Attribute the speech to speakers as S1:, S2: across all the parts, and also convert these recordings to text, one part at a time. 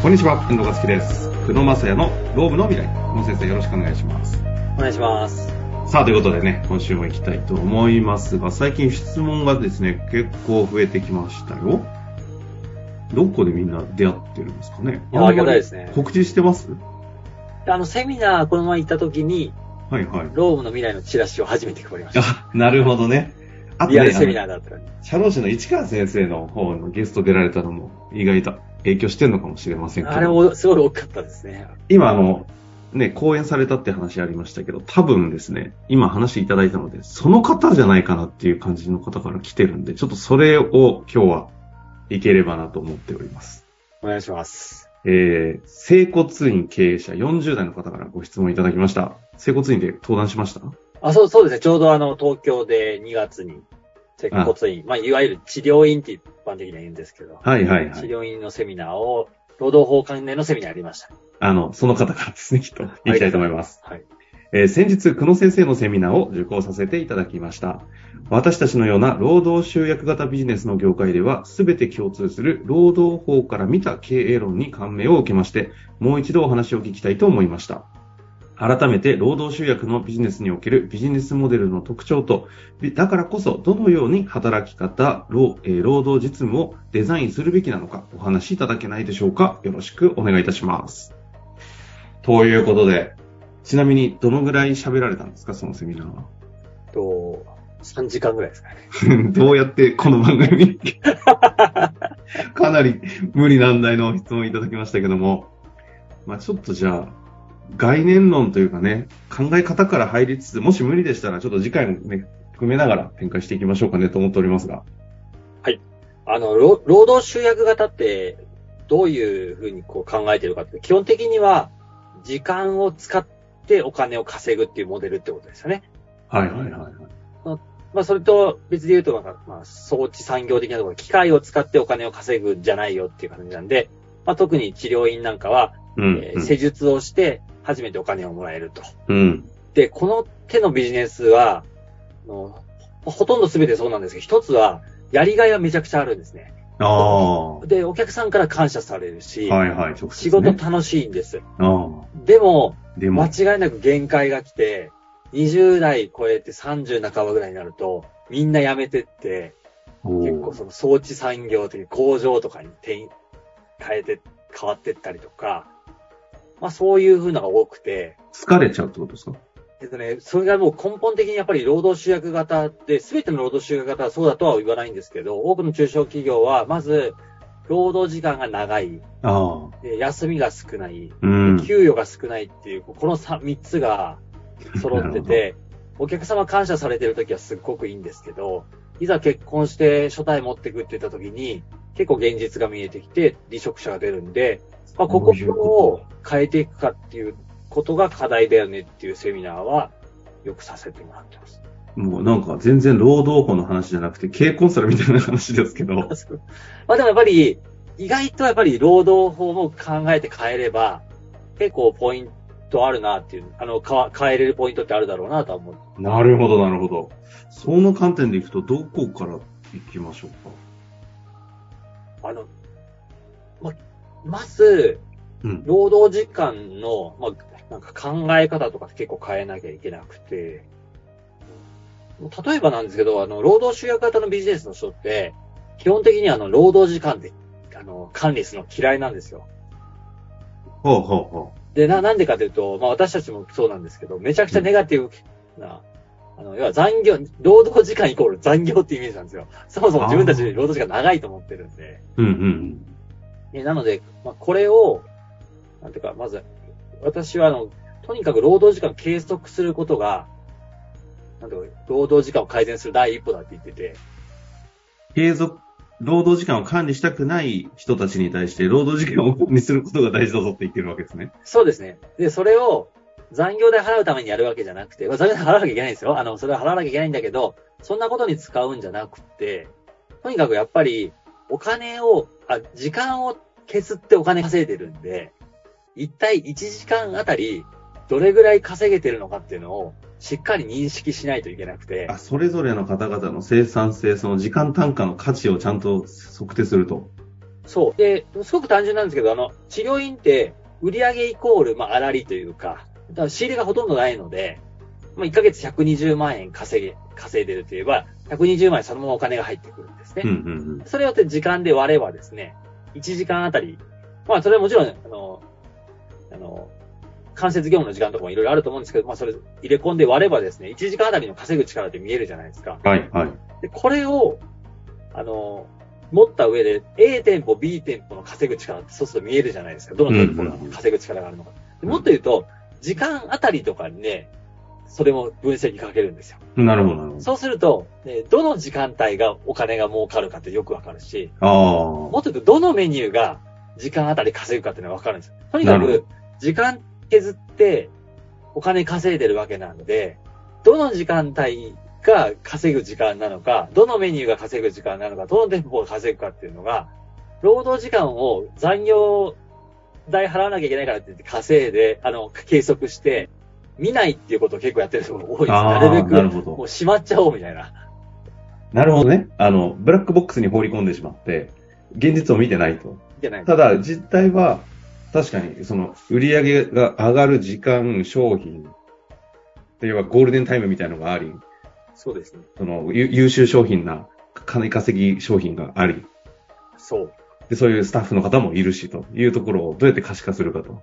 S1: こんにちは、遠藤和樹です。久野正也のローブの未来。久野先生、よろしくお願いします。
S2: お願いします。
S1: さあ、ということでね、今週も行きたいと思いますが、最近質問がですね、結構増えてきましたよ。どこでみんな出会ってるんですかね
S2: いやありがたいですね
S1: 告知してます
S2: あの、セミナーこの前行った時に、
S1: はいはい。
S2: ロームの未来のチラシを初めて配りまし
S1: あ、なるほどね。あと
S2: た。
S1: ね、
S2: リアル
S1: あ
S2: セミ
S1: の
S2: ナーだったのに。
S1: 社労士の市川先生の方のゲスト出られたのも意外と影響してるのかもしれませんけど。
S2: あれもすごい大きかったですね。
S1: 今あの、ね、講演されたって話ありましたけど、多分ですね、今話いただいたので、その方じゃないかなっていう感じの方から来てるんで、ちょっとそれを今日はいければなと思っております。
S2: お願いします。
S1: えー、整骨院経営者40代の方からご質問いただきました。整骨院で登壇しました
S2: あ、そう、そうですね。ちょうどあの、東京で2月に、接骨院、まあ、いわゆる治療院って一般的には言うんですけど、
S1: はいはいは
S2: 治
S1: い。
S2: 療院のセミナーを、労働法関連のセミナーやりました。
S1: あの、その方からですね、きっと、いきたいと思います。
S2: はい。
S1: えー先日、久野先生のセミナーを受講させていただきました。私たちのような労働集約型ビジネスの業界では、すべて共通する労働法から見た経営論に感銘を受けまして、もう一度お話を聞きたいと思いました。改めて、労働集約のビジネスにおけるビジネスモデルの特徴と、びだからこそどのように働き方、労えー労働実務をデザインするべきなのか、お話しいただけないでしょうか。よろしくお願いいたします。ということで、ちなみに、どのぐらい喋られたんですか、そのセミナーは。
S2: と、3時間ぐらいですかね。
S1: どうやってこの番組 にかなり無理難題の質問いただきましたけども、まあちょっとじゃあ、概念論というかね、考え方から入りつつ、もし無理でしたら、ちょっと次回もね、含めながら展開していきましょうかねと思っておりますが。
S2: あの、労労働集約型って、どういうふうにこう考えてるかって、基本的には、時間を使ってお金を稼ぐっていうモデルってことですよね。
S1: はいはいはい。
S2: まあ、それと別で言うと、なんか、まあ、装置産業的なところ、機械を使ってお金を稼ぐんじゃないよっていう感じなんで、まあ、特に治療院なんかは、
S1: うん、
S2: えー施術をして、初めてお金をもらえると。
S1: うん。
S2: で、この手のビジネスは、あのほほとんど全てそうなんですけど、一つは、やりがいがめちゃくちゃあるんですね。
S1: ああ。は
S2: で、お客さんから感謝されるし、
S1: いはい、直接、ね。
S2: 仕事楽しいんです。
S1: あ
S2: でも、
S1: あ。で
S2: 間
S1: も、
S2: 違いなく限界が来て、20代超えて30半ばぐらいになると、みんな辞めてって、
S1: お
S2: 結構
S1: ー
S2: その装置産業的に工場とかに転移変えて、変わってったりとか、まあそういう風なのが多くて、
S1: 疲れちゃうってことですか
S2: えっとね、それがもう根本的にやっぱり労働集約型で、すべての労働集約型はそうだとは言わないんですけど、多くの中小企業は、まず、労働時間が長い、
S1: ああ。
S2: で休みが少ない、
S1: うん。
S2: 給与が少ないっていう、この 3, 三つが揃ってて、お客様感謝されてる時はすっごくいいんですけど、いざ結婚して初代持ってくって言った時に、結構現実が見えてきて離職者が出るんで、まあ、ここ
S1: そういうこと
S2: を変えていくかっていうことが課題だよねっていうセミナーはよくさせてもらってます。
S1: もうなんか全然労働法の話じゃなくて、経営コンサルみたいな話ですけど。
S2: まあでもやっぱり、意外とやっぱり労働法も考えて変えれば、結構ポイントあるなっていう、あの、か変えれるポイントってあるだろうなとは思 う。
S1: なるほど、なるほど。その観点でいくと、どこから行きましょうか。
S2: あの、ま、まず、
S1: うん。
S2: 労働時間の、まあ、なんか考え方とか結構変えなきゃいけなくて、例えばなんですけど、あの、労働集約型のビジネスの人って、基本的にあの、労働時間で、あの、管理するの嫌いなんですよ。
S1: ほうほうほ
S2: で、な、なんでかというと、まあ私たちもそうなんですけど、めちゃくちゃネガティブな、あの、要は残業、労働時間イコール残業ってイメージなんですよ。そもそも自分たち労働時間長いと思ってるんで。
S1: う。うんうん
S2: ね、なので、まあ、これを、なんていうか、まず、私は、あの、とにかく労働時間を計測することが、なんていうか、労働時間を改善する第一歩だって言ってて、
S1: 継続、労働時間を管理したくない人たちに対して、労働時間を管理することが大事だぞって言ってるわけですね。
S2: そうですね。で、それを残業代払うためにやるわけじゃなくて、まあ、残業代払わなきゃいけないんですよ。あの、それは払わなきゃいけないんだけど、そんなことに使うんじゃなくて、とにかくやっぱり、お金を、あ、時間を削ってお金稼いでるんで、一体1時間あたり、どれぐらい稼げてるのかっていうのを、しっかり認識しないといけなくて、
S1: あ、それぞれの方々の生産性、その時間単価の価値をちゃんと測定すると。
S2: そう。で、すごく単純なんですけど、あの、治療院って、売り上げイコール、まあ、粗利というか、だから仕入れがほとんどないので、まあ、1ヶ月120万円稼げ、稼いでるといえば、120万円そのままお金が入ってくるんですね。
S1: うんうん
S2: それを時間で割ればですね、1時間あたり、まあ、それはもちろん、あの、あの、間接業務の時間とかもいろいろあると思うんですけど、まあ、それ入れ込んで割ればですね、1時間あたりの稼ぐ力って見えるじゃないですか。
S1: うん。はい、はい。
S2: で、これを、あの、持った上で、A 店舗、B 店舗の稼ぐ力ってそうすると見えるじゃないですか。どの店舗が
S1: うんうんうん
S2: 稼ぐ力があるのか。でもっと言うと、時間あたりとかにね、それも分析にかけるんですよ。
S1: なるほど、なるほど。
S2: そうすると、ねどの時間帯がお金が儲かるかってよくわかるし、
S1: あ
S2: もっと言うと、どのメニューが時間あたり稼ぐかっていうのがわかるんですよ。とにか
S1: なる
S2: く、時間削ってお金稼いでるわけなので、どの時間帯が稼ぐ時間なのか、どのメニューが稼ぐ時間なのか、どの店舗が稼ぐかっていうのが、労働時間を残業代払わなきゃいけないからって言って稼いで、あの、計測して、見ないっていうことを結構やってる人が多いです。
S1: あ
S2: な
S1: ー
S2: るべく、
S1: なるほど
S2: もうしまっちゃおうみたいな。
S1: あ。なるほどね。あの、ブラックボックスに放り込んでしまって、現実を見てないと。
S2: 見てない。
S1: ただ、実態は、確かに、その、売り上げが上がる時間、商品、っていうかゴールデンタイムみたいのがあり、
S2: そうですね。
S1: その、ゆ優秀商品な、金稼ぎ商品があり、
S2: そう。
S1: で、そういうスタッフの方もいるし、というところをどうやって可視化するかと。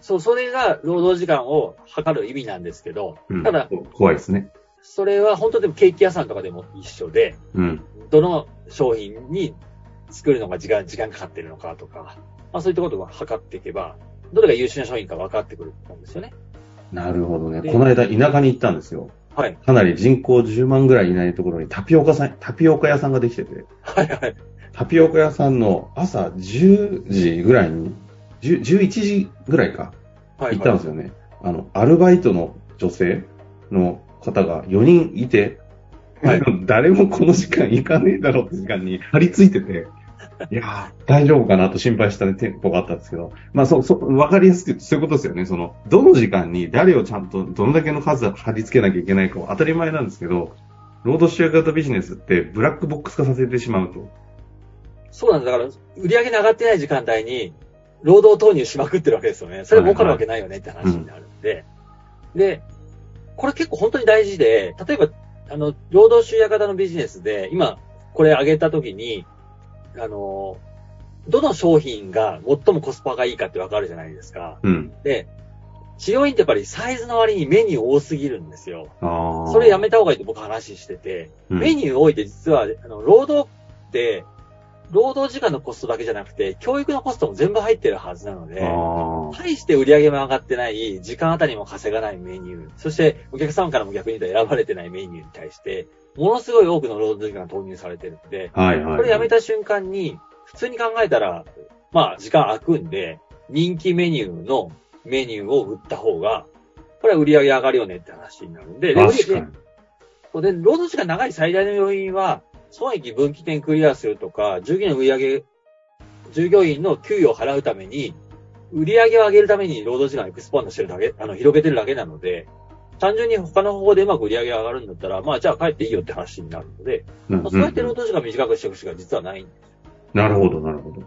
S2: そう、それが労働時間を測る意味なんですけど、
S1: うん、
S2: ただ、
S1: 怖いですね。
S2: それは本当でもケーキ屋さんとかでも一緒で、
S1: うん。
S2: どの商品に作るのが時間、時間かかってるのかとか、まあそういったことを測っていけば、どれが優秀な商品か分かってくるんですよね。
S1: なるほどね。
S2: で
S1: この間、田舎に行ったんですよ。
S2: はい。
S1: かなり人口10万ぐらいいないところにタピオカさん、タピオカ屋さんができてて、
S2: はいはい。
S1: タピオカ屋さんの朝10時ぐらいに、10 11時ぐらいか、
S2: はい、
S1: 行ったんですよね。あの、アルバイトの女性の方が4人いて、
S2: はい
S1: 誰もこの時間行かねえだろうって時間に張り付いてて、いやー、大丈夫かなと心配した、ね、店舗があったんですけど、まあ、そう、そう、わかりやすく言うとそういうことですよね。その、どの時間に誰をちゃんと、どのだけの数貼り付けなきゃいけないかは当たり前なんですけど、労働集約型ビジネスってブラックボックス化させてしまうと。
S2: そうなんです。だから、売り上げの上がってない時間帯に、労働投入しまくってるわけですよね。それ儲かるわけないよねって話になるんで。で、これ結構本当に大事で、例えば、あの、労働集約型のビジネスで、今、これ上げたときに、あの、どの商品が最もコスパがいいかってわかるじゃないですか。
S1: うん。
S2: で、治療院ってやっぱりサイズの割にメニュー多すぎるんですよ。
S1: ああ。
S2: それやめた方がいいと僕話してて。
S1: うん、
S2: メニュー多いって実は、あの、労働って、労働時間のコストだけじゃなくて、教育のコストも全部入ってるはずなので、
S1: ああ。
S2: 対して売り上げも上がってない、時間あたりも稼がないメニュー、そしてお客さんからも逆に言うと選ばれてないメニューに対して、ものすごい多くの労働時間が投入されてるので、
S1: はいはい。
S2: これやめた瞬間に、普通に考えたら、まあ、時間空くんで、人気メニューのメニューを売った方が、これは売り上げ上がるよねって話になるんで、で
S1: 確かに。
S2: そうで、労働時間長い最大の要因は、損益分岐点クリアするとか、従業員の売り上げ、従業員の給与を払うために、売り上げを上げるために労働時間をエクスパンドしてるだけ、あの、広げてるだけなので、単純に他の方法でうまく売り上げが上がるんだったら、まあじゃあ帰っていいよって話になるので、
S1: うん
S2: まあ
S1: うん
S2: そうやって労働時間短くしていくしか実はないんで
S1: なるほど、なるほど。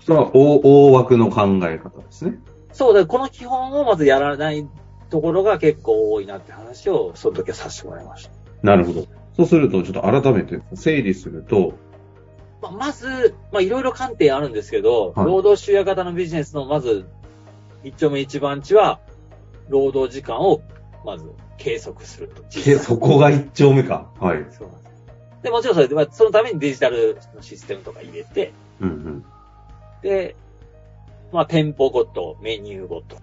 S1: それは大大枠の考え方ですね。
S2: そうだ、この基本をまずやらないところが結構多いなって話を、その時はさせてもらいました。
S1: なるほど。そうすると、ちょっと改めて整理すると、
S2: まあ、まず、まあ、いろいろ観点あるんですけど、
S1: はい
S2: 労働集約型のビジネスの、まず、一丁目一番地は、労働時間を、まず、計測すると。
S1: けそこが一丁目か。はい。うん
S2: そうなんです。で、もちろんそれで、まあ、そのためにデジタルのシステムとか入れて、
S1: うん。
S2: で、まあ、店舗ごと、メニューごと、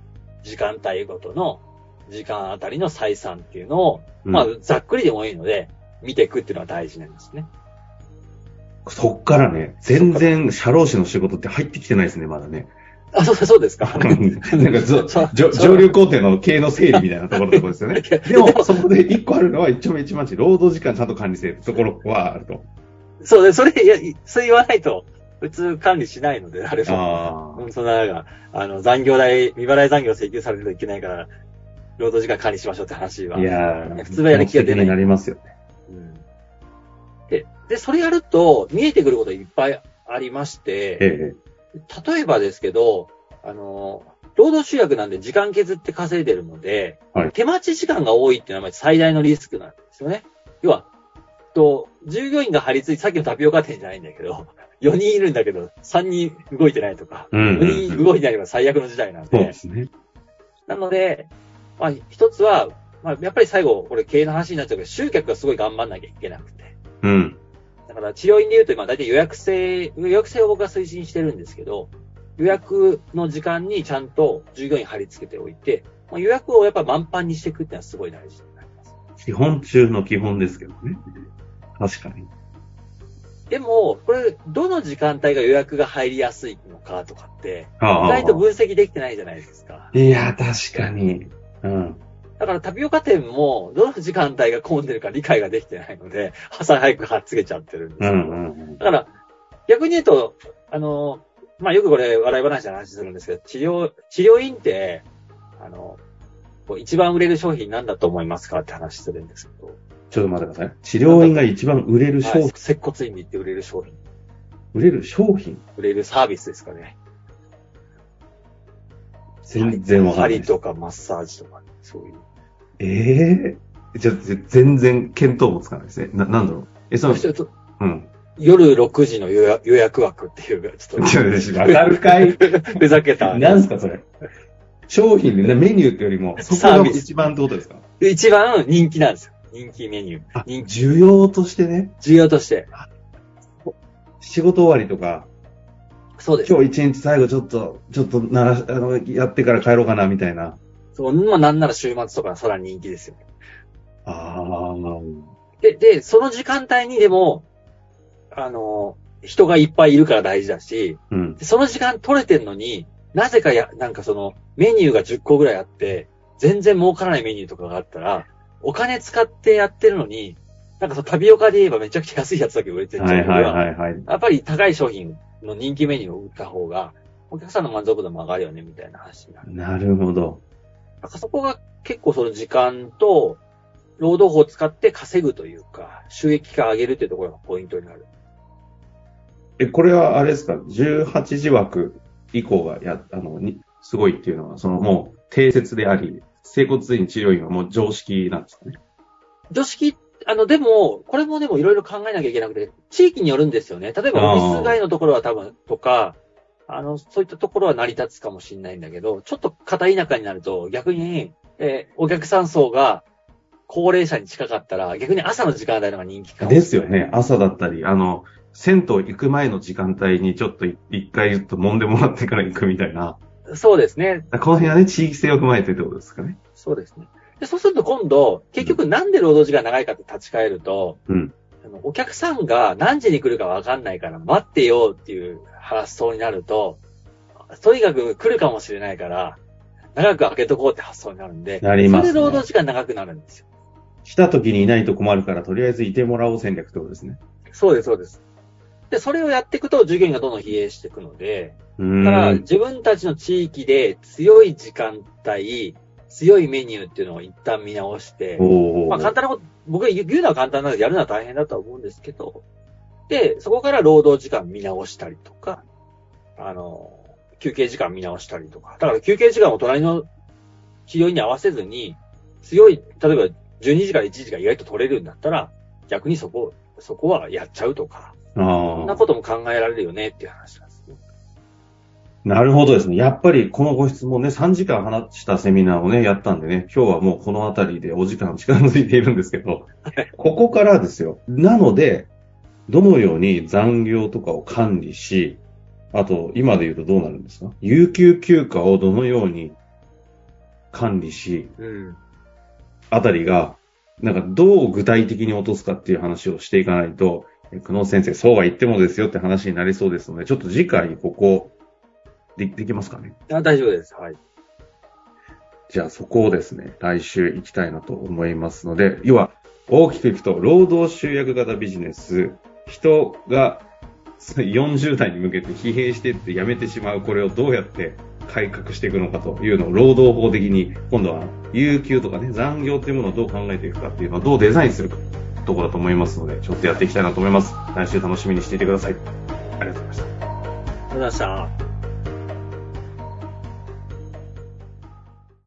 S2: 時間帯ごとの、時間あたりの採算っていうのを、
S1: うん
S2: まあ、ざっくりでもいいので、見ていくっていうのは大事なんですね。
S1: そっからね、全然社労士の仕事って入ってきてないですね、まだね。
S2: あ、そうそ うですか。
S1: なんかぞ
S2: そう
S1: 上
S2: そ
S1: 上
S2: う
S1: 流工程の経営の整理みたいなところとこですよ ね。でも、そこで一個あるのは一丁目一番地、労働時間ちゃんと管理せるところはあると。
S2: そうね、それ、いや、いそれ言わないと、普通管理しないので、あれも。
S1: あ
S2: うんそんな、なんか、あの、残業代、未払い残業請求されるといけないから、労働時間管理しましょうって話は。
S1: あ。いやー、
S2: 普通はやる気が出ない
S1: 気になりますよね。
S2: うんで、で、それやると、見えてくることいっぱいありまし
S1: え
S2: て、
S1: え。
S2: 例えばですけど、あの、労働集約なんで時間削って稼いでるので、
S1: はい
S2: 手待ち時間が多いっていうのはやっぱり最大のリスクなんですよね。要は、と、従業員が張り付いて、さっきのタピオカ店じゃないんだけど、4人い るんだけど、3人動いてないとか、
S1: うんうんうん
S2: 4人動いてないのが最悪の事態なん
S1: そう
S2: で
S1: で、すね。
S2: なので、まあ、一つは、まあ、やっぱり最後、これ経営の話になっちゃうけど、集客がすごい頑張んなきゃいけなくて。
S1: うん。
S2: だから治療院で言うと、今大体予約制、予約制を僕は推進してるんですけど、予約の時間にちゃんと従業員貼り付けておいて、まあ予約をやっぱ満帆にしていくっていうのはすごい大事になります。
S1: 基本中の基本ですけどね。確かに。
S2: でも、これ、どの時間帯が予約が入りやすいのかとかって、意
S1: あ
S2: 外と分析できてないじゃないですか。
S1: いや、確かに。うん。
S2: だからタピオカ店も、どの時間帯が混んでるか理解ができてないので、朝早く貼っ付けちゃってるんです
S1: う
S2: けど
S1: んうん
S2: だから、逆に言うと、あの、まあ、よくこれ、笑い話の話するんですけど、治療、治療院って、あの、こう一番売れる商品なんだと思いますかって話するんですけど、
S1: ちょっと待ってください。治療院が一番売れる商
S2: は
S1: 品、
S2: い、接骨院に行って売れる商品、
S1: 売れる商品
S2: 売れるサービスですかね。
S1: 全然わかんない
S2: 針。とかマッサージとか、そういう。
S1: ええじゃ、ぜ全然見当もつかないですね。な、なんだろう。え、その、
S2: ちょっと
S1: うん。
S2: 夜6時の予約予約枠っていう、ちょっ
S1: ちょっとわかるかい
S2: と、ふざけた。
S1: なんすか、それ。商品で、ね、メニューってよりも、そこ
S2: サ
S1: が
S2: ービス
S1: 一番ってことですか
S2: 一番人気なんですよ。人気メニュー。
S1: あ、
S2: 人気、
S1: 需要としてね、
S2: 需要として。
S1: 仕事終わりとか、
S2: そうです。
S1: 今日一日最後ちょっと、ちょっとならし、あの、やってから帰ろうかな、みたいな。
S2: そう、まあ、なんなら週末とかさらに人気ですよ。
S1: ああ、
S2: で、で、その時間帯にでも、あの、人がいっぱいいるから大事だし、
S1: うん。
S2: でその時間取れてんのに、なぜかや、なんかその、メニューが10個ぐらいあって、全然儲からないメニューとかがあったら、お金使ってやってるのに、なんかそのタピオカで言えばめちゃくちゃ安いやつだけ売れてる
S1: はいはいはいはい。
S2: やっぱり高い商品の人気メニューを売った方が、お客さんの満足度も上がるよね、みたいな話になる。
S1: なるほど。
S2: なんかそこが結構その時間と、労働法を使って稼ぐというか、収益化を上げるというところがポイントになる。
S1: え、これはあれですか ?18 時枠以降がや、あの、に、すごいっていうのは、そのもう定説であり、整骨院治療院はもう常識なんですかね。
S2: 常識、あの、でも、これもでもいろいろ考えなきゃいけなくて、地域によるんですよね。例えば、
S1: あ
S2: オ
S1: ー
S2: フィス街のところは多分、とか、あの、そういったところは成り立つかもしれないんだけど、ちょっと片田舎になると、逆に、えーお客さん層が高齢者に近かったら、逆に朝の時間帯の方が人気かもしれない
S1: ですよね。朝だったり、あの、銭湯行く前の時間帯にちょっとい一回ちょっと揉んでもらってから行くみたいな。
S2: そうですね。
S1: この辺はね、地域性を踏まえてってことですかね。
S2: そうですね。で、そうすると今度、結局なんで労働時間長いかって立ち返ると、
S1: うん
S2: あのお客さんが何時に来るかわかんないから待ってよっていう発想になると、とにかく来るかもしれないから、長く開けとこうって発想になるんで、
S1: なりますね
S2: それで労働時間長くなるんですよ。
S1: 来た時にいないと困るから、とりあえずいてもらおう戦略ってことですね。
S2: そうです、そうです。で、それをやっていくと従業員がどんどん疲弊していくので、
S1: うーん。
S2: だから自分たちの地域で強い時間帯、強いメニューっていうのを一旦見直して、
S1: おー
S2: まあ簡単なこと、僕が言う言うのは簡単なので、やるのは大変だとは思うんですけど、で、そこから労働時間見直したりとか、あの、休憩時間見直したりとか、だから休憩時間を隣の治療院に合わせずに、強い、例えば12時から1時が意外と取れるんだったら、逆にそこ、そこはやっちゃうとか、そん
S1: あ
S2: な
S1: あ。
S2: ことも考えられるよねっていう話なんですね。
S1: なるほどですね。やっぱりこのご質問ね、3時間話したセミナーをね、やったんでね、今日はもうこのあたりでお時間近づいているんですけ ど、ここからですよ。なので、どのように残業とかを管理し、あと、今で言うとどうなるんですか有給休暇をどのように管理し、
S2: うん。
S1: あたりが、なんかどう具体的に落とすかっていう話をしていかないと、え久能先生、そうは言ってもですよって話になりそうですので、ちょっと次回ここ、でできますかね
S2: あ大丈夫です。はい。
S1: じゃあそこをですね、来週行きたいなと思いますので、要は大きくいくと、労働集約型ビジネス、人が40代に向けて疲弊してってやめてしまう、これをどうやって改革していくのかというのを労働法的に、今度は有給とかね、残業というものをどう考えていくかっていうのをどうデザインするか、ところだと思いますので、ちょっとやっていきたいなと思います。来週楽しみにしていてください。りがとうございました。
S2: ありがとうございました。